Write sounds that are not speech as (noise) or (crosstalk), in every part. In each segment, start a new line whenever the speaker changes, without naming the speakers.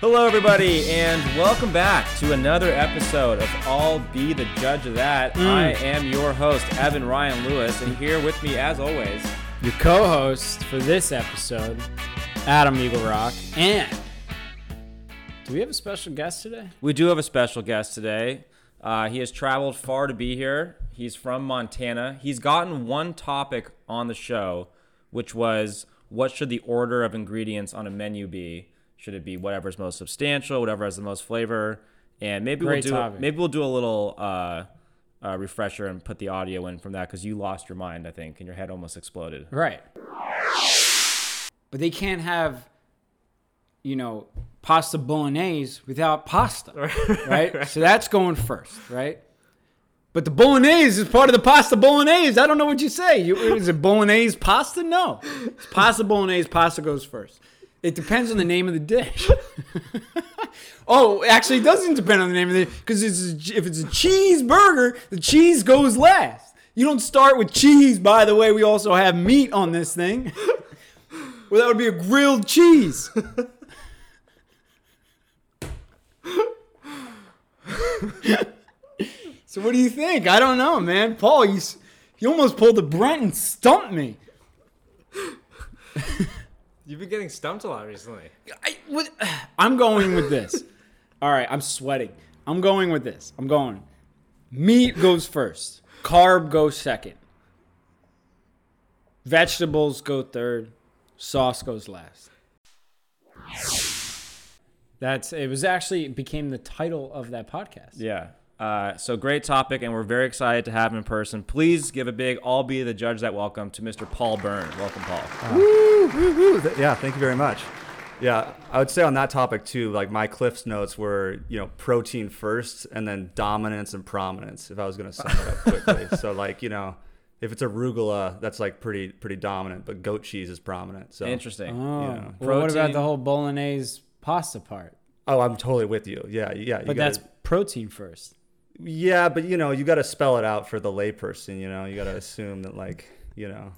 Hello, everybody, and welcome back to another episode of All Be the Judge of That. I am your host, Evan Ryan Lewis, and here with me, as always,
Your co host for this episode, Adam Eagle Rock, and do we have a special guest today?
we do have a special guest today. Uh, he has traveled far to be here. He's from Montana. He's gotten one topic on the show, which was what should the order of ingredients on a menu be? Should it be whatever's most substantial, whatever has the most flavor? And maybe
Great
we'll do
topic.
maybe we'll do a little uh, uh, refresher and put the audio in from that because you lost your mind, I think, and your head almost exploded.
Right. But they can't have, you know, pasta bolognese without pasta, right? So that's going first, right? But the bolognese is part of the pasta bolognese. I don't know what you say. You, is it bolognese pasta? No. It's pasta bolognese. Pasta goes first. It depends on the name of the dish. oh, actually, it doesn't depend on the name of the because if it's a cheeseburger, the cheese goes last. You don't start with cheese. By the way, we also have meat on this thing. (laughs) well, that would be a grilled cheese. (laughs) So what do you think? I don't know, man. Paul, you s- you almost pulled a Brent and stumped me.
You've been getting stumped a lot recently.
I, what, (sighs) I'm going with this. All right, I'm sweating. I'm going with this. I'm going. Meat goes first. Carb goes second. Vegetables go third. Sauce goes last. That's it was actually it became the title of that podcast.
Yeah. Uh, so great topic, and we're very excited to have him in person. Please give a big "I'll be the judge that" welcome to Mr. Paul Byrne. Welcome, Paul.
Oh.
Woo-hoo. Th- Yeah, thank you very much. Yeah, I would say on that topic too, like my Cliff's notes were, you know, protein first and then dominance and prominence, if I was going to sum it
(laughs)
up quickly. so, like, you know, if it's arugula, that's like pretty, pretty dominant, but goat cheese is prominent. So,
Interesting.
Oh,
Yeah.
well, what about
Protein.
the whole bolognese pasta part?
oh, I'm totally with you. Yeah, yeah. You
But
gotta-
that's protein first.
yeah, but you know, you got to spell it out for the layperson, you know, you got to assume that, like, you know,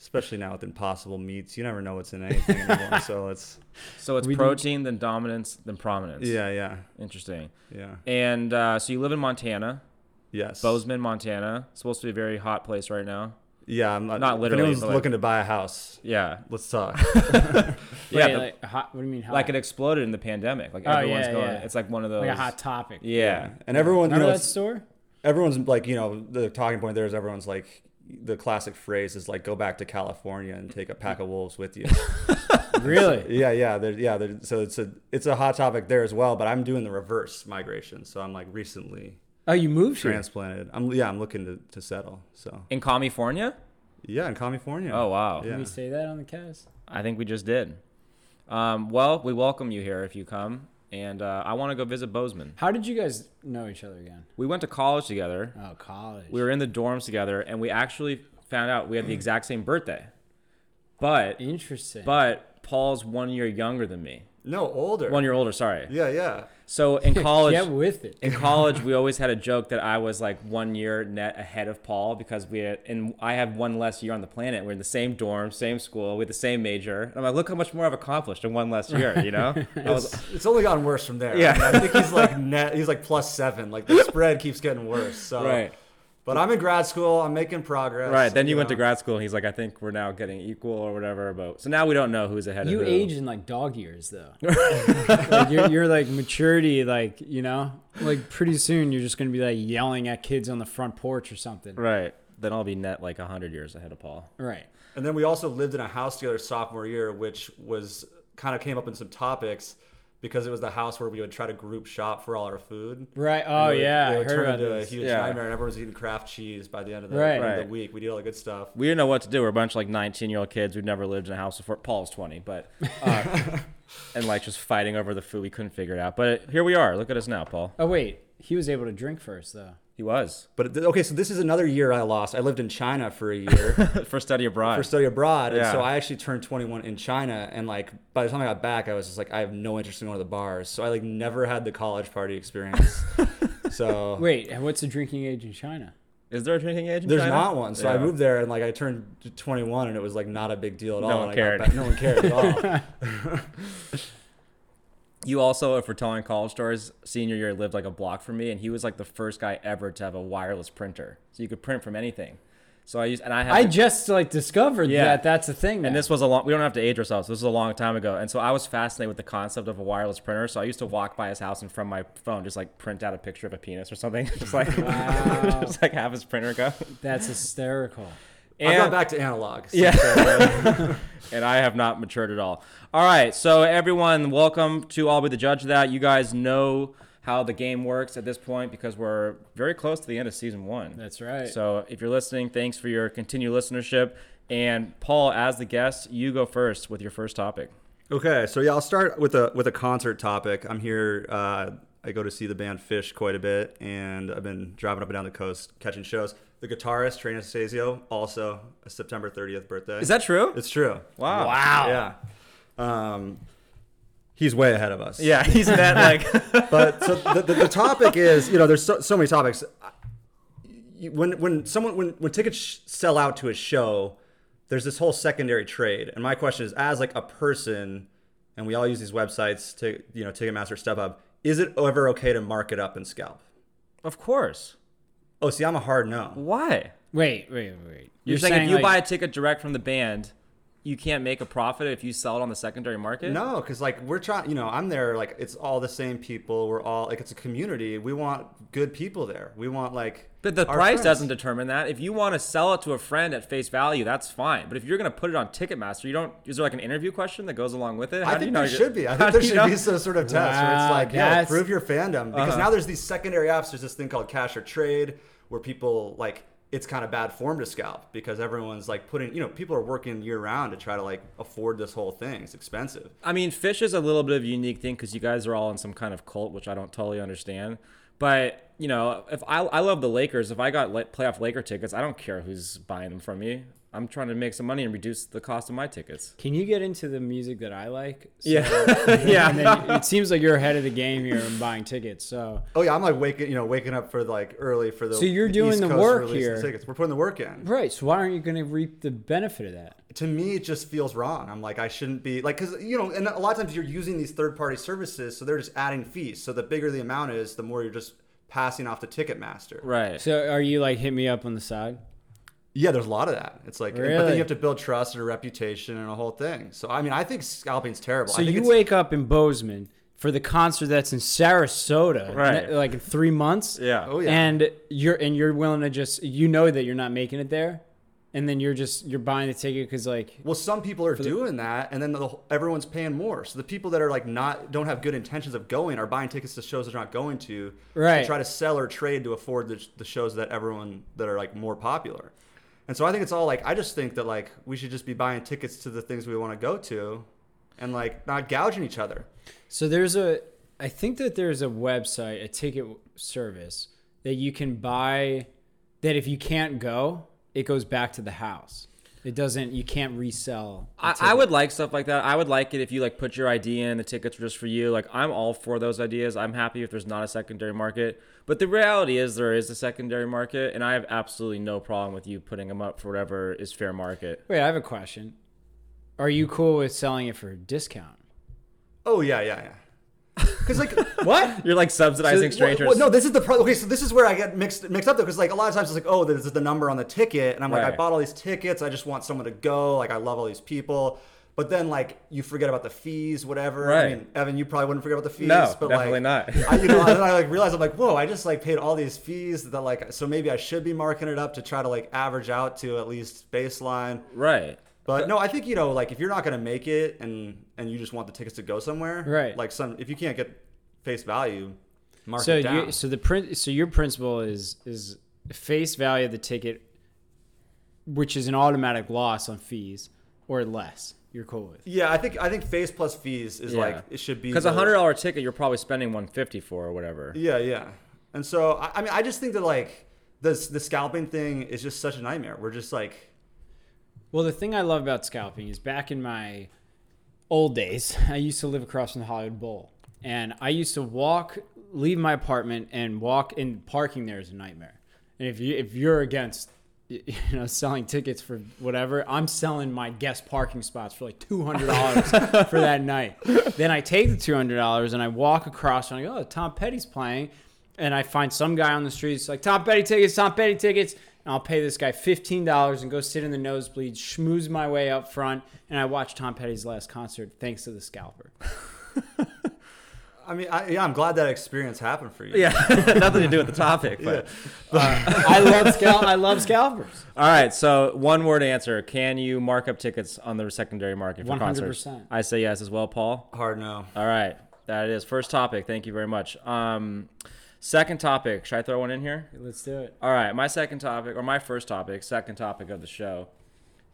especially now with impossible meats, you never know what's in anything
(laughs)
anymore. so, it's,
So it's
We do-
protein, then dominance, then prominence.
yeah, yeah,
Interesting.
yeah.
And uh, so you live in Montana,
Yes.
Bozeman, Montana. It's supposed to be a very hot place right now.
Yeah, I'm
Not literally,
If anyone's
but, like-
looking to buy a house,
Yeah. (laughs)
let's talk.
yeah.
Wait,
but- like,
like, hot, what do you mean hot?
it exploded in the pandemic. Like
Oh,
everyone's
yeah,
going.
yeah.
It's like one of those.
like a hot topic.
Yeah.
and everyone, you
Remember
know,
that
it's-
store?
everyone's like, you know, the talking point there is everyone's like, the classic phrase is like, go back to California and take a pack of wolves
(laughs)
with you.
Really?
yeah, yeah, there, yeah. There, so it's a it's a hot topic there as well. But I'm doing the reverse migration, so I'm like recently
Oh, you moved here?
transplanted. I'm yeah, I'm looking to, to settle. So
In California?
yeah, in California.
Oh wow.
Yeah.
Can we say that on the cast?
I think we just did. Um, well, we welcome you here if you come, and uh, I want to go visit Bozeman.
How did you guys know each other again?
We went to college together.
Oh, college.
We were in the dorms together, and we actually found out we had
Mm.
the exact same birthday. But
Interesting.
but Paul's one year younger than me.
No, older.
One year older, sorry.
yeah, yeah.
So
(laughs)
in college,
Get with it.
in college, we always had a joke that I was like one year net ahead of Paul because we had, and I had one less year on the planet. We're in the same dorm, same school, we had the same major. And I'm like, look how much more I've accomplished in one less year, you
(laughs)
know? I was,
It's only gotten worse from there.
Yeah.
I, mean, I think he's like (laughs) net. He's like plus seven. Like the spread keeps getting worse. So
Right.
But I'm in grad school. I'm making progress.
Right. Then you went to
know.
grad school, and he's like, I think we're now getting equal or whatever. But so now we don't know who's ahead
You
of who.
age in like dog
(laughs)
years, though. like you're, you're like maturity, like, you know? Like pretty soon you're just going to be like yelling at kids on the front porch or something.
Right. Then I'll be net like hundred years ahead of Paul.
Right.
And then we also lived in a house together sophomore year, which was kind of came up in some topics because it was the house where we would try to group shop for all our food.
Right. Oh,
It would-
yeah.
It
I
would
heard
turn
about
into
this.
a huge
Yeah.
nightmare, and everyone was eating Kraft cheese by the end of the,
Right.
end of the
Right.
week. We did all the good stuff.
We didn't know what to do. We're a bunch of like nineteen-year-old kids who'd never lived in a house before. Paul's twenty, but
(laughs)
uh, and like just fighting over the food. We couldn't figure it out. But here we are. Look at us now, Paul.
Oh, wait. He was able to drink first, though.
He was
But th- okay, so this is another year I lost. I lived in China for a year.
(laughs) for study abroad.
for study abroad.
Yeah.
And so I actually turned 21 in China. And like by the time I got back, I was just like, I have no interest in going to the bars. So I like never had the college party
(laughs)
experience. so
Wait, and what's the drinking age in China?
Is there a drinking age? In
there's
China?
not one. So I
Yeah.
moved there and like I turned 21 and it was like not a big deal at all.
one (laughs)
and I
cared.
got back- no one cared at all.
you also, if we're telling college stories, senior year lived like a block from me, and he was like the first guy ever to have a wireless printer, so you could print from anything. So I used, and I had,
I
to-
just like discovered
Yeah.
that that's a thing.
and
now.
this was a long. We don't have to age ourselves. This was a long time ago, and so I was fascinated with the concept of a wireless printer. So I used to walk by his house and from my phone, just like print out a picture of a penis or something, (laughs) just like, (laughs) just like have his printer go.
that's hysterical.
And-
I got back to analog. So uh,
Yeah. and I have not matured at all. All right. So, everyone, welcome to I'll Be the Judge of That. You guys know how the game works at this point because we're very close to the end of season one.
That's right.
So, if you're listening, thanks for your continued listenership. And, Paul, as the guest, you go first with your first topic.
Okay, so yeah, I'll start with a with a concert topic. I'm here. Uh, I go to see the band Fish quite a bit, and I've been driving up and down the coast catching shows. The guitarist Trey Anastasio also a September 30th birthday.
Is that true?
It's true.
wow.
Yeah. Um, he's way ahead of us.
Yeah, (laughs) he's that like.
But so the, the, the topic is, you know, there's so, so many topics. You- When when someone when when tickets sh- sell out to a show, there's this whole secondary trade. And my question is, as like a person, and we all use these websites to you know Ticketmaster, StubHub, is it ever okay to mark it up and scalp?
of course.
Oh, see, I'm a hard no.
Why?
Wait, wait, wait.
You're, saying, if you
like-
buy a ticket direct from the band, you can't make a profit if you sell it on the secondary market?
No, because like we're trying, you know, I'm there. Like it's all the same people. We're all like it's a community. We want good people there. We want like
But the
our
price
friends.
doesn't determine that. If you want to sell it to a friend at face value, that's fine. But if you're going to put it on Ticketmaster, you don't. Is there like an interview question that goes along with it?
I
How do you
think
know
there
you're-
should be.
(laughs)
I
how
think there
do you
should
know? Uh-huh.
be some sort of test where
Wow,
it's like, yeah,
that's-
prove your fandom. Because now there's these secondary apps. There's this thing called cash or trade where people like it's kind of bad form to scalp because everyone's like putting, you know, people are working year round to try to like afford this whole thing. It's expensive.
I mean, fish is a little bit of a unique thing because you guys are all in some kind of cult, which I don't totally understand. But you know, if I I love the Lakers, if I got la- playoff Laker tickets, I don't care who's buying them from me. I'm trying to make some money and reduce the cost of my tickets.
Can you get into the music that I like? So-
Yeah, (laughs)
And
yeah.
then it seems like you're ahead of the game here in buying tickets. So
Oh yeah, I'm like waking, you know, waking up for like early for the.
So you're
the
doing
East
the
Coast
work
release of
here.
Tickets. We're putting the work in.
right. So why aren't you going to reap the benefit of that?
to me it just feels wrong i'm like i shouldn't be like because you know and a lot of times you're using these third party services so they're just adding fees so the bigger the amount is the more you're just passing off to ticketmaster
Right.
So are you like hit me up on the side?
yeah there's a lot of that it's like but then
Really?
you have to build trust and a reputation and a whole thing so i mean i think scalping's terrible
So
I think
you
it's-
wake up in Bozeman for the concert that's in Sarasota,
Right.
ne- like in three months.
(laughs) Yeah.
oh yeah
And you're and you're willing to just you know that you're not making it there, and then you're just you're buying the ticket because like
well some people are doing that and then the, whole- everyone's paying more so the people that are like not don't have good intentions of going are buying tickets to shows they're not going to
Right.
to try to sell or trade to afford the, the shows that everyone that are like more popular and so i think it's all like i just think that like we should just be buying tickets to the things we want to go to and like not gouging each other
So there's a, I think that there's a website, a ticket service that you can buy. That if you can't go, it goes back to the house. It doesn't. You can't resell. the
I, I
ticket.
would like stuff like that. I would like it if you like put your ID in, the tickets are just for you. Like I'm all for those ideas. I'm happy if there's not a secondary market. But the reality is there is a secondary market, and I have absolutely no problem with you putting them up for whatever is fair market.
Wait, I have a question. Are you cool with selling it for a discount?
oh yeah yeah yeah because like
(laughs)
(laughs)
What?
You're like subsidizing
Well,
strangers.
well, no, this is the problem. Okay, so this is where I get mixed mixed up though, because like a lot of times it's like, oh, this is the number on the ticket, and I'm like,
Right.
I bought all these tickets. I just want someone to go. Like I love all these people. But then, like, you forget about the fees, whatever.
Right.
I mean, Evan, you probably wouldn't forget about the fees.
No,
but
definitely
like,
not.
I, you know, and then I like realized I'm like, whoa, I just like paid all these fees that like, so maybe I should be marking it up to try to like average out to at least baseline.
Right.
But no, I think you know, like if you're not gonna make it and and you just want the tickets to go somewhere,
Right.
Like some, if you can't get face value, mark
So
it down.
you, so the print, so your principle is is face value of the ticket, which is an automatic loss on fees or less. You're cool with.
Yeah, I think I think face plus fees is
Yeah.
like it should be
Because
the-
a hundred dollar ticket, you're probably spending one fifty for or whatever.
Yeah, yeah. And so I, I mean, I just think that like this the scalping thing is just such a nightmare. We're just like
Well, the thing I love about scalping is back in my old days, (laughs) I used to live across from the Hollywood Bowl, and I used to walk, leave my apartment, and walk in parking there is a nightmare. And if you if you're against (laughs) y- you know selling tickets for whatever i'm selling my guest parking spots for like $200 for that night then i take the $200 and i walk across and i go oh tom petty's playing and i find some guy on the street it's like tom petty tickets tom petty tickets and i'll pay this guy $15 and go sit in the nosebleed schmooze my way up front and i watch tom petty's last concert thanks to the (laughs) scalper
I mean, I, yeah, I'm glad that experience happened for you.
Yeah, (laughs) nothing to do with the
(laughs)
topic. But
Uh, i love scal- i love scalpers
all right, so one word answer: Can you mark up tickets on the secondary market for concerts?
100%.
I say yes as well, Paul.
Hard no.
All right, that is first topic. Thank you very much. Um, second topic. Should I throw one in here?
let's do it
All right, my second topic, or my first topic, second topic of the show.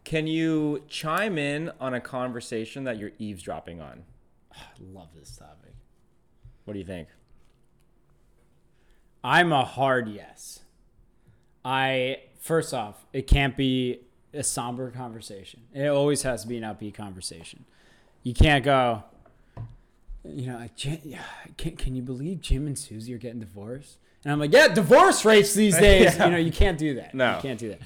Can you chime in on a conversation that you're eavesdropping on?
i love this topic
What do you think?
I'm a hard yes. I first off, it can't be a somber conversation. It always has to be an upbeat conversation. You can't go, you know, like, "Jim- yeah, can, can you believe Jim and Susie are getting divorced? And I'm like, yeah, divorce
(laughs)
rates these days. You know, you can't do that.
No.
you can't do that.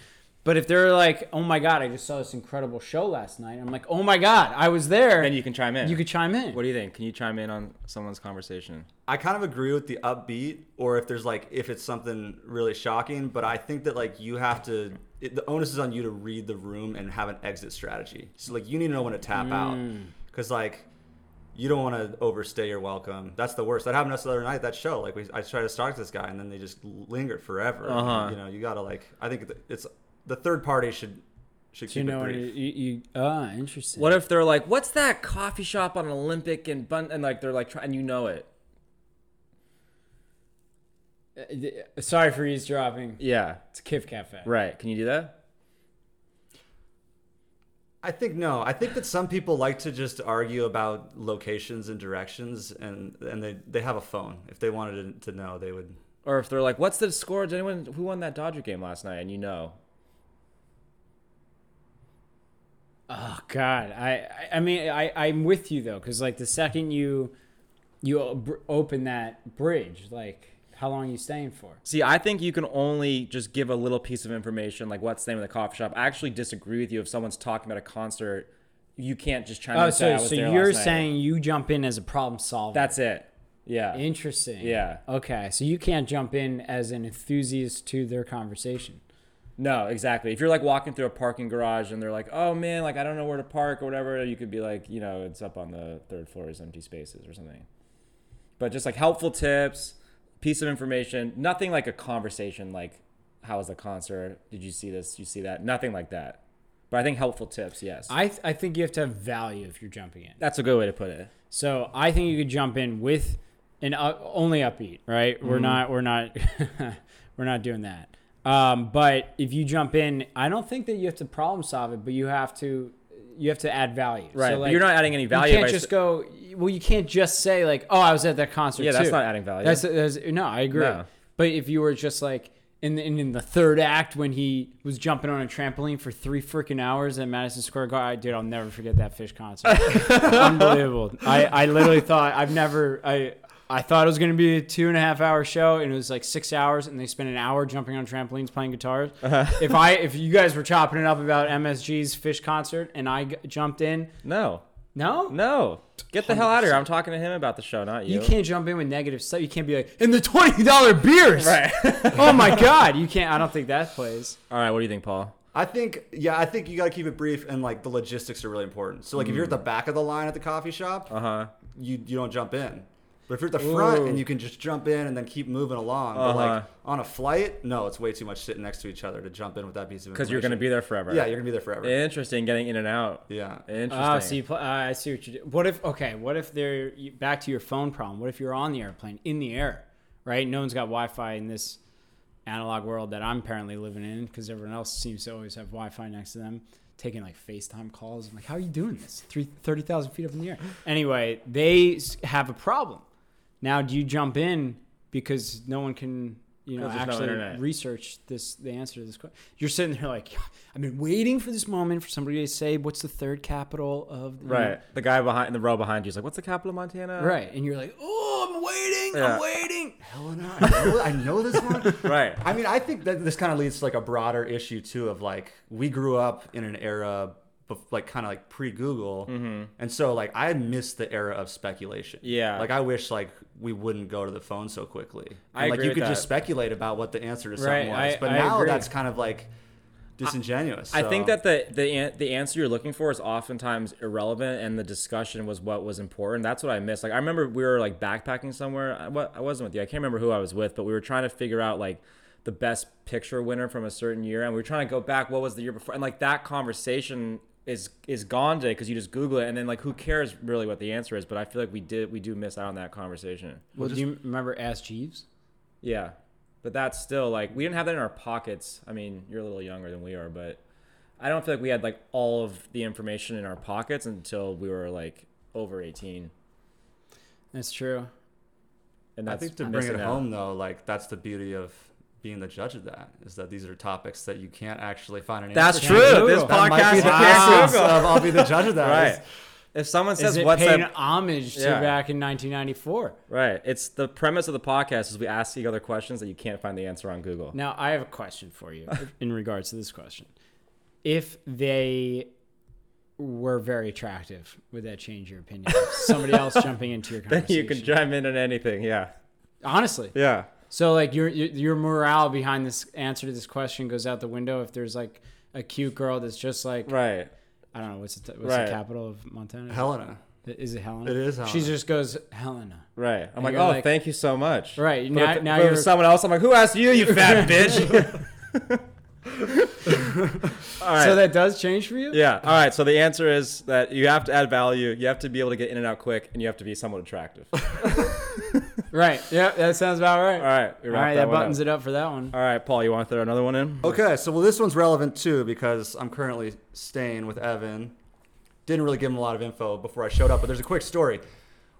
But if they're like, oh my god, I just saw this incredible show last night. I'm like, oh my god, I was there.
Then you can chime in.
you could chime in.
What do you think? Can you chime in on someone's conversation?
I kind of agree with the upbeat, or if there's like if it's something really shocking. But I think that like you have to. It, the onus is on you to read the room and have an exit strategy. So like you need to know when to tap out. 'Cause out,
Mm.
because like you don't want to overstay your welcome. That's the worst. That happened to us the other night. That show, like we, I tried to stalk this guy, and then they just lingered forever.
Uh-huh.
You know, you gotta like. I think th- it's the third party should should
So you
keep
know,
it
what
brief.
you, you, you ah, interesting.
What if they're like, "What's that coffee shop on Olympic and Bun?" And like they're like, try- and you know it.
Uh, th- Sorry for eavesdropping.
Yeah.
It's Kif Cafe.
Right. Can you do that?
I think no. I think that some people like to just argue about locations and directions, and and they they have a phone. If they wanted to, to know, they would.
Or if they're like, "What's the score? Did anyone who won that Dodger game last night?" And you know.
Oh God, I I- I mean I I'm with you though, because like the second you you o- br- open that bridge, like how long are you staying for?
See, I think you can only just give a little piece of information, like what's the name of the coffee shop. I actually disagree with you if someone's talking about a concert. You can't just chime in.
Oh,
and say,
so
"I was
so
there
you're
last night."
saying you jump in as a problem solver?
that's it? Yeah.
interesting.
Yeah.
Okay, so you can't jump in as an enthusiast to their conversation.
No, exactly. If you're like walking through a parking garage and they're like, "Oh man, like I don't know where to park or whatever," you could be like, you know, it's up on the third floor is empty spaces or something. But just like helpful tips, piece of information, nothing like a conversation like how was the concert? Did you see this? You see that? Nothing like that. But I think helpful tips, yes.
I th- I think you have to have value if you're jumping in.
That's a good way to put it.
So I think you could jump in with an up, only upbeat, right? We're
Mm-hmm.
not, we're not, (laughs) we're not doing that. Um, but if you jump in, I don't think that you have to problem solve it, but you have to, you have to add value.
Right.
So
but you're not adding any value.
You can't
by
just
s-
go. Well, you can't just say like, "Oh, I was at that concert."
Yeah, that's
too.
not adding value.
That's, that's no, I agree.
No.
But if you were just like in the, in, in the third act when he was jumping on a trampoline for three freaking hours at Madison Square Garden, dude, I'll never forget that
(laughs)
fish concert. Unbelievable. I, I literally thought I've never I. I thought it was going to be a two and a half hour show, and it was like six hours, and they spent an hour jumping on trampolines playing guitars.
Uh-huh.
If I, if you guys were chopping it up about MSG's Fish concert, and I g- jumped in,
no,
no,
no. Get the hell out of here. I'm talking to him about the show, not you.
You can't jump in with negative stuff. You can't be like, and the twenty dollar beers. Right. oh my god, you can't. I don't think that plays.
All right. What do you think, Paul?
I think yeah, I think you gotta keep it brief, and like the logistics are really important. So like if you're at the back of the line at the coffee shop,
Uh huh.
you you don't jump in. But if you're at the front
Ooh.
and you can just jump in and then keep moving along, but like
Uh-huh.
on a flight, no, it's way too much sitting next to each other to jump in with that piece of
Because you're gonna be there forever.
yeah, you're gonna be there forever.
Interesting. Getting in and out.
yeah.
Interesting.
Oh, so you pl- uh, I see what you do. What if? Okay, what if they're you, back to your phone problem? What if you're on the airplane in the air, right? No one's got Wi-Fi in this analog world that I'm apparently living in because everyone else seems to always have Wi-Fi next to them. Taking like FaceTime calls. I'm like, how are you doing this? Three, 30,000 feet up in the air. Anyway, they s- have a problem. Now, do you jump in because no one can you know
'Cause there's no
actually
internet.
research this the answer to this question. You're sitting there like, I've been waiting for this moment for somebody to say what's the third capital of you know,
Right. mm. The guy behind in the row behind you is like, "What's the capital of Montana?"
right, and you're like, oh, I'm waiting,
Yeah.
I'm waiting.
Helena, I know, I know this (laughs) one.
(laughs) Right.
I mean, I think that this kind of leads to like a broader issue too of like we grew up in an era bef- like kind of like pre-Google, and so like I miss the era of speculation.
Mm-hmm. Yeah.
like I wish like we wouldn't go to the phone so quickly.
I
And, like
agree
you
with
could
that.
just speculate about what the answer to something
Right,
was,
I-
but
I
now
agree.
that's kind of like disingenuous.
I think
so-
that the the an- the answer you're looking for is oftentimes irrelevant, and the discussion was what was important. That's what I missed. Like I remember we were like backpacking somewhere. I, wa- I wasn't with you. I can't remember who I was with, but we were trying to figure out like the best picture winner from a certain year, and we were trying to go back. What was the year before? And like that conversation is is gone today because you just Google it, and then like who cares really what the answer is? But I feel like we did we do miss out on that conversation.
Well, do you remember Ask Jeeves?
Yeah. But that's still like we didn't have that in our pockets. I mean, you're a little younger than we are, but I don't feel like we had like all of the information in our pockets until we were like over 18.
That's true.
And
I
that's
think to bring
missing
it
out.
home though, like that's the beauty of being the judge of that is that these are topics that you can't actually find an
That's
answer.
true.
Google.
This
That might
podcast
be
you
the
can't
essence
Google.
of I'll be the judge of that.
(laughs)
is
Right. If someone
Is
says
it
what's
paying
up,
homage to
Yeah.
back in 1994?
right? It's the premise of the podcast is we ask each other questions that you can't find the answer on Google.
Now, I have a question for
(laughs)
you in regards to this question. If they were very attractive, would that change your opinion?
(laughs)
Somebody else jumping into your
Then
conversation.
you can chime in on anything. Yeah.
Honestly.
Yeah.
So, like, your, your your morale behind this answer to this question goes out the window if there's like a cute girl that's just like
Right.
I don't know what's the, what's
Right.
the capital of Montana?
Helena.
Is it Helena?
It is
She
Helena.
just goes Helena.
Right. I'm like,
you're
oh,
like-
thank you so much.
Right
But
now,
if,
now
but if
you're
someone else. I'm like, who asked you, you
(laughs)
fat bitch? All right.
so that does change for you.
yeah. All right. So the answer is that you have to add value. You have to be able to get in and out quick, and you have to be somewhat (laughs) attractive. All
Right. Yeah, that sounds about right.
right. We
All
wrap that, Oh.
right, that,
one
buttons
up.
it up for that one.
All right, Paul. You want to throw another one in?
Okay, so well, this one's relevant too because I'm currently staying with Evan. Didn't really give him a lot of info before I showed up, but there's a quick story.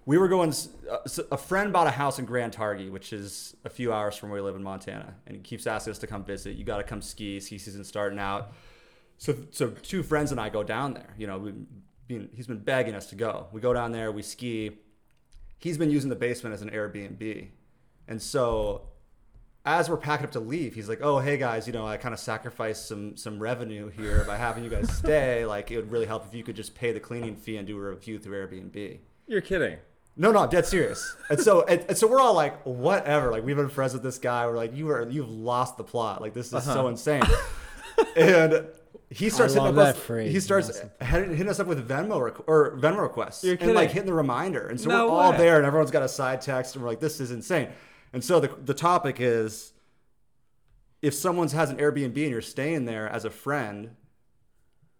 We were going. s- uh, s- A friend bought a house in Grand Targhee, which is a few hours from where we live in Montana, and he keeps asking us to come visit. You got to come ski. Ski season starting out. So, so two friends and I go down there. You know, we, been, he's been begging us to go. We go down there. We ski. He's been using the basement as an Airbnb, and so as we're packing up to leave, he's like, "Oh, hey guys, you know, I kind of sacrificed some some revenue here by having you guys stay. Like, it would really help if you could just pay the cleaning fee and do a review through Airbnb."
You're kidding.
No, no, dead serious. And so, and, and so we're all like, whatever. Like, we've been friends with this guy. We're like, you are, you've lost the plot. Like, this is
Uh-huh.
so insane. and he starts hitting
love
up us.
that phrase,
He starts
lost
hitting, hitting us up with Venmo requ- or Venmo requests,
You're
and like
kidding.
hitting the reminder. And so
No
we're all
way.
there, and everyone's got a side text, and we're like, this is insane. And so the the topic is, if someone has an Airbnb and you're staying there as a friend,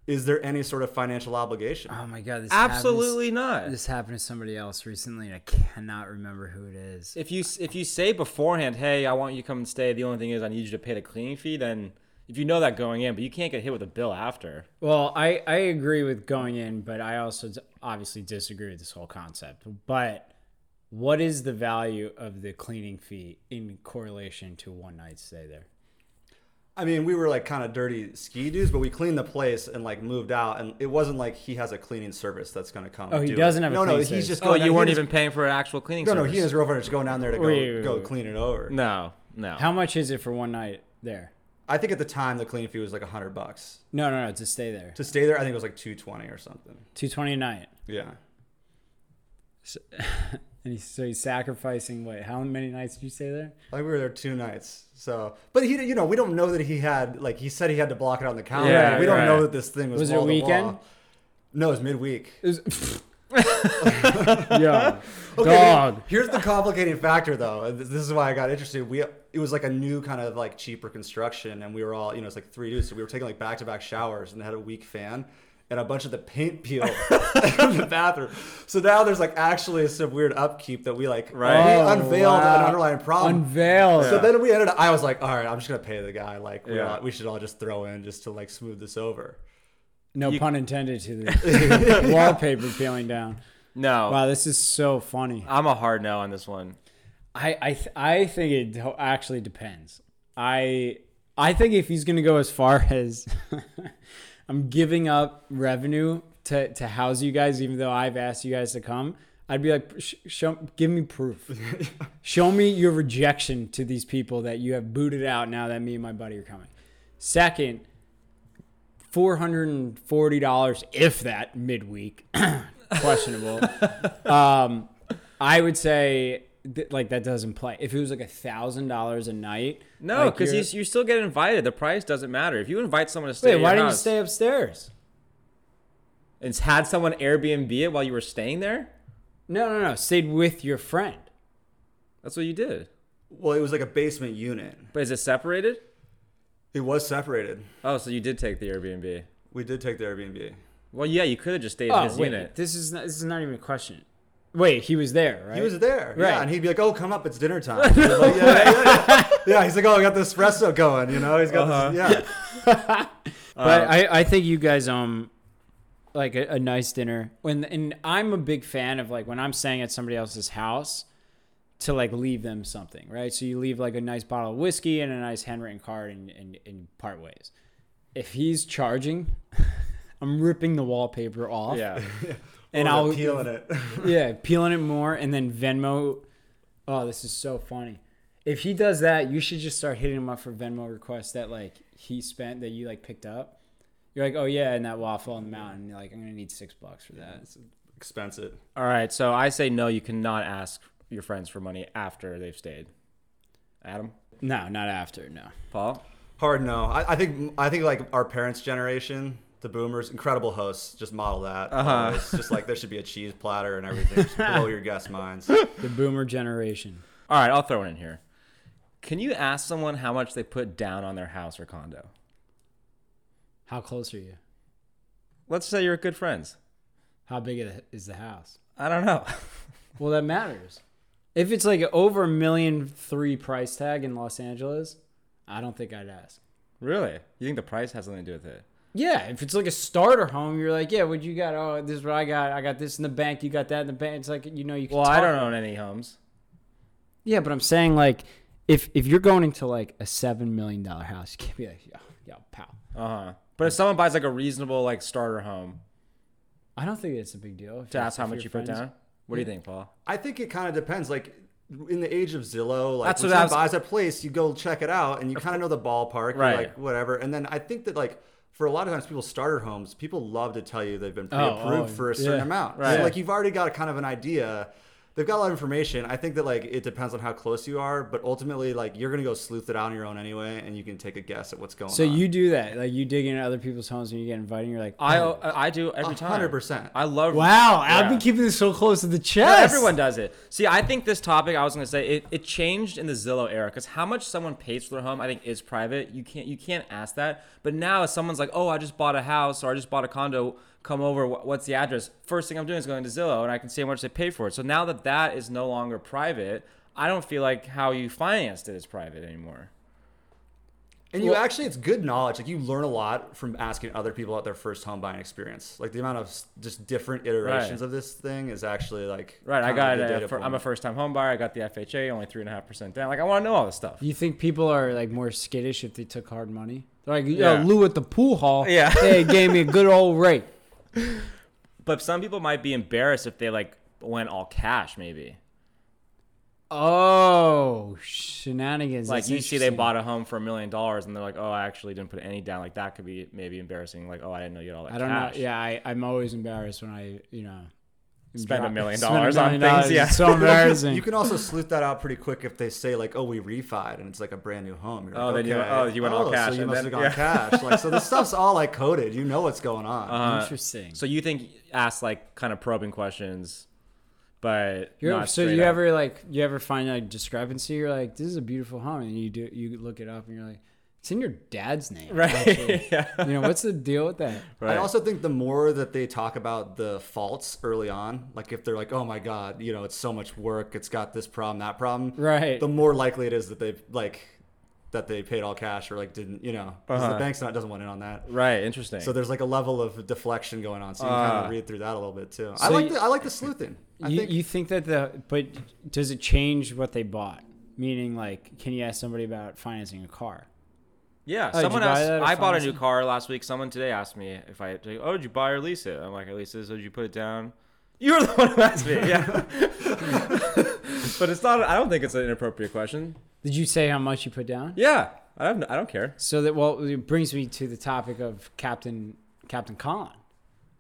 is there any sort of financial obligation?
Oh my god, this
Absolutely not.
This happened to somebody else recently, and I cannot remember who it is.
If you if you say beforehand, hey, I want you to come and stay. The only thing is, I need you to pay the cleaning fee. Then if you know that going in, but you can't get hit with a bill after.
Well, I, I agree with going in, but I also d- obviously disagree with this whole concept. But what is the value of the cleaning fee in correlation to one night stay there?
I mean, we were like kind of dirty ski dudes, but we cleaned the place and like moved out, and it wasn't like he has a cleaning service that's gonna come.
Oh, he
do
doesn't
it.
have a
No, no,
cleaning
he's
service.
just.
Oh,
going
you
down-
weren't
he
even
and
paying for an actual cleaning
his- No, no,
service.
he and his girlfriend are just going down there to go,
Wait, wait, wait,
go
wait.
clean it over.
no, no.
How much is it for one night there?
I think at the time the cleaning fee was like hundred bucks
No, no, no, to stay there.
to stay there. I think it was like two twenty or something.
Two twenty a night,
Yeah,
and he's, so he's sacrificing. Wait, how many nights did you stay there?
(laughs) like we were there two nights. So, but he, you know, we don't know that he had like he said he had to block it on the calendar.
Yeah,
we don't
right.
know that this thing was.
Was it a
wall to wall.
weekend?
No, it was midweek.
yeah,
Okay,
dog.
here- Here's the complicating factor, though. and This this is why I got interested. We it was like a new kind of like cheaper construction, and we were all you know it's like three dudes, so we were taking like back to back showers and had a weak fan and a bunch of the paint peel in the bathroom. So now there's like actually some weird upkeep that we like
Right.
we unveiled
wow.
an underlying problem.
Unveiled.
So then we ended up. I was like, all right, I'm just gonna pay the guy. Like we,
Yeah.
all, we should all just throw in just to like smooth this over.
no pun intended to
(laughs)
the wallpaper peeling down.
no.
Wow, this is so funny.
I'm a hard no on this one.
I I th- I think it d- actually depends. I I think if he's gonna go as far (laughs) as I'm giving up revenue to to house you guys, even though I've asked you guys to come, I'd be like, sh- show, give me proof, show me your rejection to these people that you have booted out now that me and my buddy are coming. Second. Four hundred and forty dollars, if that midweek, (clears throat) questionable. um, I would say th- like that doesn't play. If it was like a thousand dollars a night,
No,
like,
because
you're-
you still get invited. The price doesn't matter. If you invite someone to stay,
wait,
at
why
your
didn't you
house
stay upstairs?
and had someone Airbnb it while you were staying there,
No, no, no, stayed with your friend.
that's what you did.
Well, it was like a basement unit.
But is it separated?
It was separated.
Oh, so you did take the Airbnb.
We did take the Airbnb.
Well, yeah, you could have just stayed in
Oh,
his
wait, (laughs)
unit.
this is not, this is not even a question. Wait, he was there, right?
He was there,
Right.
yeah, and he'd be like, "Oh, come up, it's dinner time." Like, yeah, yeah, yeah. Yeah, he's like, "Oh, I got the espresso going," you know. He's got this, yeah.
But I, I think you guys um like a, a nice dinner when and I'm a big fan of like when I'm staying at somebody else's house to like leave them something, right? So you leave like a nice bottle of whiskey and a nice handwritten card and and, and part ways. If he's charging, (laughs) I'm ripping the wallpaper off.
Yeah.
(laughs) And
Or
I'll (laughs)
peeling it.
yeah, peeling it more and then Venmo. Oh, this is so funny. If he does that, you should just start hitting him up for Venmo requests that like he spent that you like picked up. You're like, oh yeah, and that waffle on the mountain. You're like, I'm gonna need six bucks for that.
Expensive.
All right, so I say no. You cannot ask your friends for money after they've stayed. Adam,
No, not after. No.
Paul.
Hard no. I, I think I think like our parents' generation, the boomers, incredible hosts, just model that.
Uh-huh.
It's just like there should be a cheese platter and everything. Just blow your guests' minds.
The boomer generation.
All right, I'll throw one in here. Can you ask someone how much they put down on their house or condo?
How close are you?
Let's say you're good friends.
How big is the- is the house?
I don't know. (laughs)
Well, that matters. If it's like over a million three price tag in Los Angeles, I don't think I'd ask.
really? You think the price has something to do with it?
Yeah, if it's like a starter home, you're like, yeah, what you got? Oh, this is what I got. I got this in the bank. You got that in the bank. It's like you know you. Can
Well, I
talk.
don't own any homes.
Yeah, but I'm saying like, if if you're going into like a seven million dollar house, (laughs) you can't be like, yo, yo, pal.
Uh huh. But if someone buys like a reasonable like starter home,
I don't think it's a big deal. if
to ask how
if
much
you're
you put
friends.
down, what do you think, Paul?
I think it kind of depends. Like in the age of Zillow, like
That's
when
what I
someone buys a place, you go check it out and you kind of know the ballpark, you're
Right.
Like whatever. And then I think that like for a lot of times, people starter homes, people love to tell you they've been
Oh,
pre-approved
oh,
for a certain
yeah.
amount.
Right.
So like you've already got a kind of an idea. They've got a lot of information. I think that like it depends on how close you are, but ultimately like you're gonna go sleuth it out on your own anyway, and you can take a guess at what's going
So
on.
you do that, like you dig into other people's homes when you get invited. And you're like,
I
oh,
I do every time.
100%.
I love.
wow, I've
Yeah.
been keeping this so close to the
No,
chest.
Everyone does it. See, I think this topic I was gonna say it, it changed in the Zillow era because how much someone pays for their home I think is private. You can't you can't ask that. But now if someone's like, oh, I just bought a house or I just bought a condo, come over. wh- What's the address? First thing I'm doing is going to Zillow and I can see how much they paid for it. So now that that is no longer private, I don't feel like how you financed it is private anymore.
And you actually, it's good knowledge. Like you learn a lot from asking other people about their first home buying experience. Like the amount of s- just different iterations
Right.
of this thing is actually like
Right, I
kind of
got.
a good
A,
data
for,
point.
I'm a first-time home buyer. I got the FHA, only three and a half percent down. Like, I want to know all this stuff.
You think people are like more skittish if they took hard money? They're like, yo,
Yeah.
Lou at the pool hall.
Yeah.
they gave me a good
(laughs)
old rate.
But some people might be embarrassed if they like went all cash, maybe.
Oh, shenanigans.
Like
That's
you see, they
interesting.
bought a home for a million dollars, and they're like, "Oh, I actually didn't put any down." Like that could be maybe embarrassing. Like, "Oh, I didn't know you had all that
I don't
cash."
know. Yeah, I, I'm always embarrassed when I, you know,
Spend a
dro-
million
(laughs) spend
dollars on
million
things,
dollars.
yeah. (laughs)
It's so embarrassing.
You can also sleuth that out pretty quick if they say like, "Oh, we refied," and it's like a brand new home. You're
Oh,
like,
then you
okay.
went- oh, you went all cash,
So you
and
must
then- (laughs)
have gone
yeah.
cash. Like, so this stuff's all like coded. You know what's going on.
Uh-huh.
Interesting.
Uh, So you think ask like kind of probing questions, but
You're-
not
so
straight
you
up.
ever like you ever find like discrepancy? You're like, this is a beautiful home, and you do you look it up, and you're like, it's in your dad's
(laughs)
name,
right?
actually.
(laughs) yeah.
(laughs) You know, what's the deal with that?
Right.
I also think the more that they talk about the faults early on, like if they're like, "Oh my god, you know, it's so much work. It's got this problem, that problem."
Right.
The more likely it is that they like that they paid all cash or like didn't, you know, 'cause
Uh-huh.
the bank's not doesn't want in on that.
right. Interesting.
So there's like a level of deflection going on, so you can kind
Ah.
of read through that a little bit too. I like
you- (laughs)
the, I like the sleuthing. I
you,
think-
you think that the but does it change what they bought? Meaning, like, can you ask somebody about financing a car?
Yeah,
Oh, did you
someone
buy
asked.
that or
I bought a
finance
new
it?
car last week. Someone today asked me if I, like, oh, did you buy or lease it? I'm like, I leased it. So did you put it down? You were the one who asked me. Yeah, (laughs)
(laughs)
but it's not. I don't think it's an inappropriate question.
Did you say how much you put down?
Yeah, I don't. I don't care.
So that well, it brings me to the topic of Captain Captain Colin.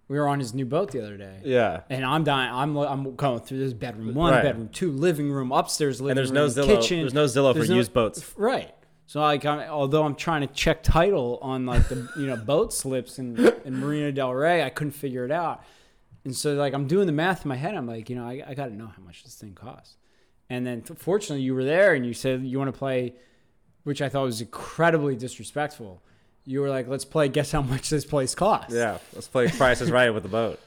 We were on his new boat the other day.
Yeah,
And I'm dying. I'm lo- I'm going through this bedroom one,
Right.
bedroom two, living room, upstairs living
and there's
room,
no Zillow.
kitchen.
There's no Zillow
There's
for
no-
used boats.
Right. So like, I'm, although I'm trying to check title on like the you know boat slips in, in Marina Del Rey, I couldn't figure it out. And so like I'm doing the math in my head. I'm like, you know, I, I got to know how much this thing costs. And then th- fortunately, you were there and you said you want to play, which I thought was incredibly disrespectful. You were like, let's play. Guess how much this place costs?
Yeah, let's play Price is Right with the boat.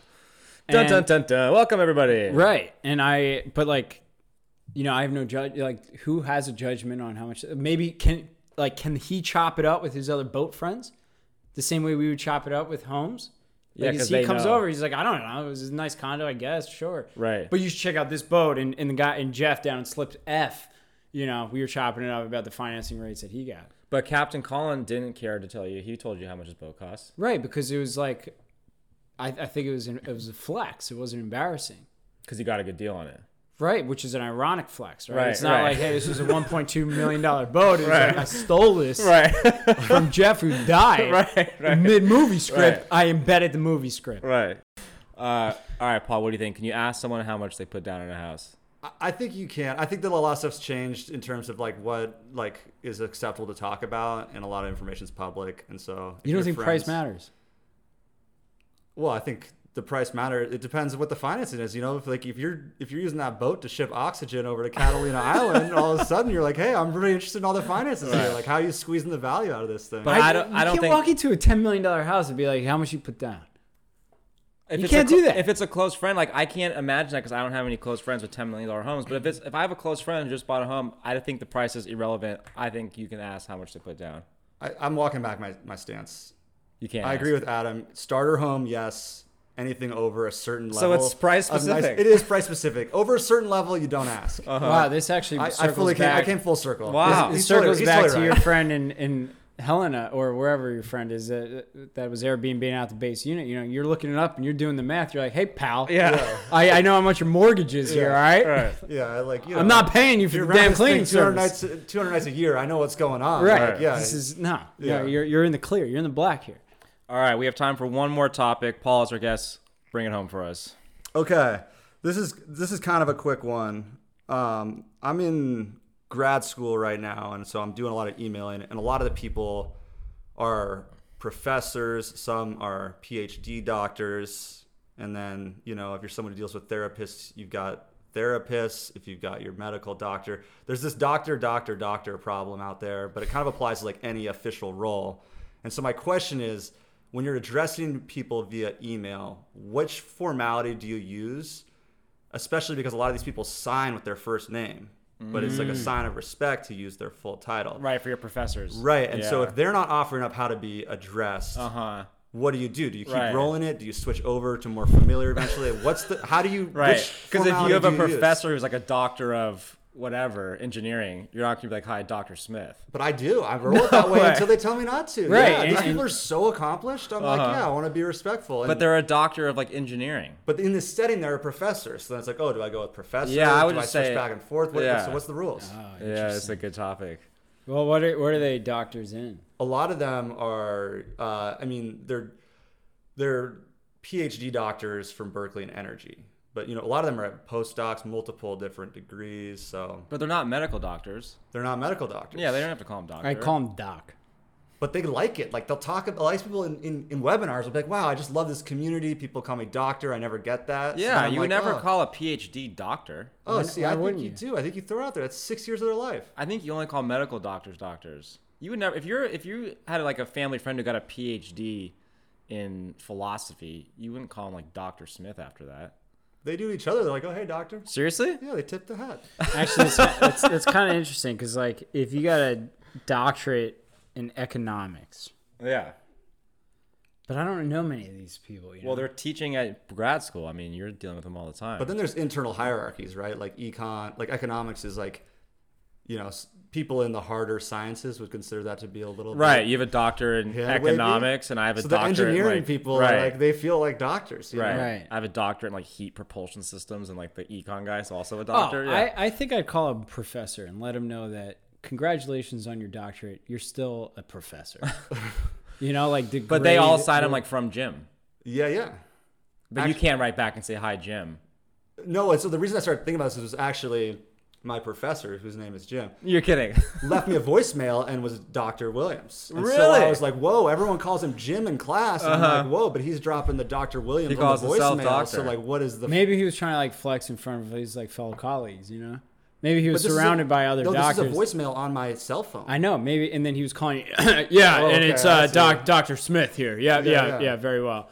Dun
(laughs) And-
dun dun dun. Welcome everybody.
Right. And I, but like, you know, I have no judge. Like, who has a judgment on how much? Maybe can like can he chop it up with his other boat friends, the same way we would chop it up with Holmes?
Yeah,
Like, as
'cause
he
they
comes
know.
over, he's like, I don't know, it was a nice condo, I guess, sure.
Right.
But you should check out this boat, and, and the guy and Jeff down in Slips F, you know, we were chopping it up about the financing rates that he got.
But Captain Colin didn't care to tell you. He told you how much his boat costs.
Right, because it was like, I, I think it was an, it was a flex. It wasn't embarrassing.
because you got a good deal on it.
Right, which is an ironic flex, right?
Right,
it's not
right.
like, hey, this is a one point two million dollar boat. It's like I stole
(laughs)
this (laughs)
Right.
from Jeff who died
(laughs) Right, right.
mid movie script.
Right.
I embedded the movie script.
right. Uh, all right, Paul. What do you think? Can you ask someone how much they put down in a house?
I- I think you can. I think that a lot of stuff's changed in terms of like what like is acceptable to talk about, and a lot of information's public, and so if
You don't
your
think
friends-
price matters?
Well, I think the price matter. It depends what the financing is. You know, if like if you're if you're using that boat to ship oxygen over to Catalina Island, all of a sudden you're like, hey, I'm really interested in all the finances here. Like, how are you squeezing the value out of this thing?
But I don't-
You
I don't
can't
think-
walk into a ten million dollar house and be like, how much you put down?
If
You
it's a
can't
clo-
do that.
If it's a close friend, like I can't imagine that because I don't have any close friends with ten million dollar homes. But if it's if I have a close friend who just bought a home, I think the price is irrelevant. I think you can ask how much they put down.
I, I'm walking back my, my stance.
You can't.
I
ask.
agree with Adam. Starter home, yes. Anything over a certain
So
level.
it's price
of nice-
specific.
it is price specific. Over a certain level, you don't ask.
Wow, this actually
I, I
Uh-huh. circles
fully came,
back.
I came full circle.
Wow.
It
He's
circles back to
totally
your
right.
friend in, in Helena or wherever your friend is that, that was Airbnb out the base unit. You know, you're looking it up and you're doing the math. You're like, hey, pal,
Yeah.
I, I know how much your mortgage is here, all right?
Right.
Yeah, like you know,
I'm not paying you for
You're
the
around
damn
this thing
cleaning
200
service.
nights, 200 nights a year. I know what's going on.
Right.
Like, yeah.
This is no.
Yeah.
No, you're you're in the clear. You're in the black here.
All right, we have time for one more topic. Paul is our guest. Bring it home for us.
Okay, this is this is kind of a quick one. Um, I'm in grad school right now, and so I'm doing a lot of emailing, and a lot of the people are professors. Some are PhD doctors, and then you know if you're someone who deals with therapists, you've got therapists. If you've got your medical doctor, there's this doctor, doctor, doctor problem out there, but it kind of applies to like any official role. And so my question is when you're addressing people via email, which formality do you use? Especially because a lot of these people sign with their first name, but it's like a sign of respect to use their full title.
Right for your professors.
Right, And so
Yeah.
if they're not offering up how to be addressed,
Uh huh.
what do you do? Do you keep
Right.
rolling it? Do you switch over to more familiar eventually? What's the how do you
Right.
which
Because if
formality
you have
do
a
use?
professor who's like a doctor of whatever engineering, you're not gonna be like, "Hi, Doctor Smith."
But I do. I roll it that way
Right.
until they tell me not to.
Right,
Yeah, these
and-
people are so accomplished. I'm like, yeah, I want to be respectful. And-
Uh-huh. But they're a doctor of like engineering.
But in this setting, they're a professor, so then it's like, oh, do I go with professor?
Yeah, I would
do
just
I
say-
switch back and forth. What,
yeah. Uh,
So what's the rules?
Yeah, it's a good topic.
Well, what are what are they doctors in?
a lot of them are, uh, I mean, they're they're PhD doctors from Berkeley and energy, but you know, a lot of them are postdocs, multiple different degrees, so
But they're not medical doctors.
they're not medical doctors.
Yeah, they don't have to call him doctor.
I call him doc.
but they like it. Like they'll talk about a lot of people in, in, in webinars will be like, wow, I just love this community. People call me doctor. I never get that. So
Yeah,
then I'm
you would
like,
never
oh,
call a PhD doctor.
Oh,
Why-
see,
why
I think
wouldn't
you
you?
do. I think you throw out there. That's six years of their life.
I think you only call medical doctors doctors. You would never if you're if you had like a family friend who got a PhD in philosophy, you wouldn't call him like Doctor Smith after that.
They do each other. They're like, oh, hey, doctor.
Seriously?
Yeah, they tip the hat.
Actually, it's, it's, it's kind of interesting because like if you got a doctorate in economics,
Yeah.
But I don't know many of these people. You know?
Well, they're teaching at grad school. I mean, you're dealing with them all the time.
But then there's internal hierarchies, right? Like econ, like economics is like, you know, s- people in the harder sciences would consider that to be a little bit-
right, you have a doctor in
Yeah, way-
economics, and I have a
So the
doctor
engineering
in like,
people
right,
are like they feel like doctors. you know?
right.
Right.
I have a doctorate in like heat propulsion systems, and like the econ guy's also a
Oh,
doctor. yeah.
I, I think I'd call a professor and let him know that congratulations on your doctorate. You're still
(laughs)
a professor. you know, like the
but they all
grade-
sign them like from Jim.
Yeah, yeah.
But you can't write back and say hi, Jim.
No, and so the reason I started thinking about this was actually my professor, whose name is Jim,
You're kidding.
left
(laughs)
me a voicemail and was Dr. Williams. And So I
Really? Uh-huh.
was like, whoa, everyone calls him Jim in class. And I'm like, whoa, but he's dropping the Dr. Williams
He
on
calls
the
himself
voicemail. So
doctor.
like, what is the
Maybe he was trying to like flex in front of his like fellow colleagues. You know, maybe he was
But this is a-
surrounded by other
no,
doctors.
This is a voicemail on my cell phone.
I know, maybe, and then he was calling, (coughs) yeah,
Oh,
and
okay,
it's
I
uh,
see.
Doc Doctor Smith here, yeah, yeah,
Yeah,
yeah,
yeah.
very well.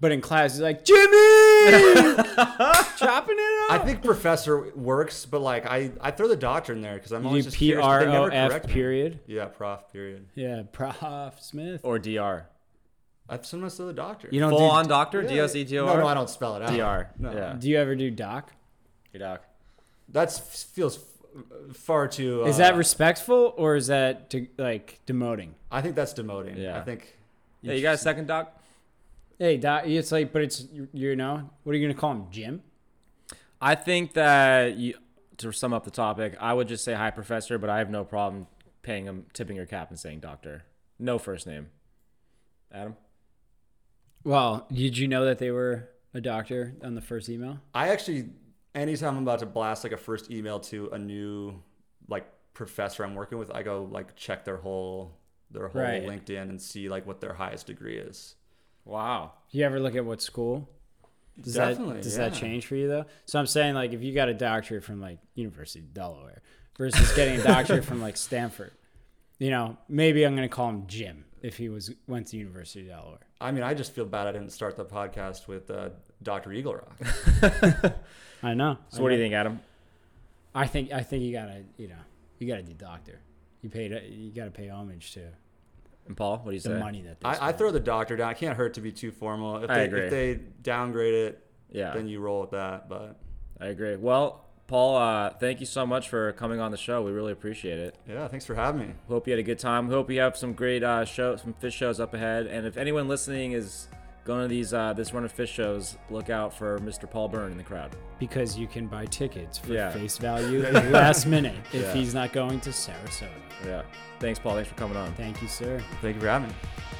But in class, he's like, Jimmy,
(laughs)
chopping it
I
up.
think professor works, but like I, I throw the doctor in there because I'm
You
always
do
just
P
curious, but
R
they
O
never
F
correct me.
period.
Yeah, prof. Period.
Yeah, Prof Smith.
or DR.
I've sometimes throw the doctor.
You don't
Full
do,
on doctor?
Yeah,
D O C T O
Oh, No, no, I
R?
don't spell it out.
D R.
No.
Yeah.
Do you ever do doc?
Hey, doc.
That feels f- far too. Uh,
Is that respectful or is that de- like demoting?
I think that's demoting.
Yeah.
I think.
Yeah, you got a second doc?
Hey, doc, it's like, but it's you- you know, what are you gonna call him, Jim?
I think that you, to sum up the topic, I would just say hi, professor, but I have no problem paying him, tipping your cap, and saying doctor. No first name. Adam.
Well, did you know that they were a doctor on the first email?
I actually, anytime I'm about to blast like a first email to a new like professor I'm working with, I go like check their whole their whole
Right.
LinkedIn and see like what their highest degree is.
Wow.
Do you ever look at what school? Does
Definitely,
that does that
yeah.
change for you though? So I'm saying like if you got a doctorate from like University of Delaware versus getting a doctorate from like Stanford, you know, maybe I'm gonna call him Jim if he was went to University of Delaware.
I mean, I just feel bad I didn't start the podcast with uh, Dr. Eagle Rock.
I know.
So what do you think, Adam?
I think I think you gotta you know you gotta do doctor. You paid you gotta pay homage to
And Paul, what do you
the
say?
money that they
I, I
spent.
throw the doctor down. It can't hurt to be too formal. If they,
I agree.
If they downgrade it,
Yeah,
then you roll with that. But
I agree. Well, Paul, uh, thank you so much for coming on the show. We really appreciate it.
yeah, thanks for having me.
Hope you had a good time. Hope you have some great uh, show, some fish shows up ahead. And if anyone listening is going to these uh, this run of fish shows, look out for Mr. Paul Byrne in the crowd.
because you can buy tickets for
Yeah. (laughs)
face value last minute if
Yeah.
he's not going to Sarasota.
Yeah. Thanks, Paul. Thanks for coming on.
Thank you, sir.
Thank you for having me.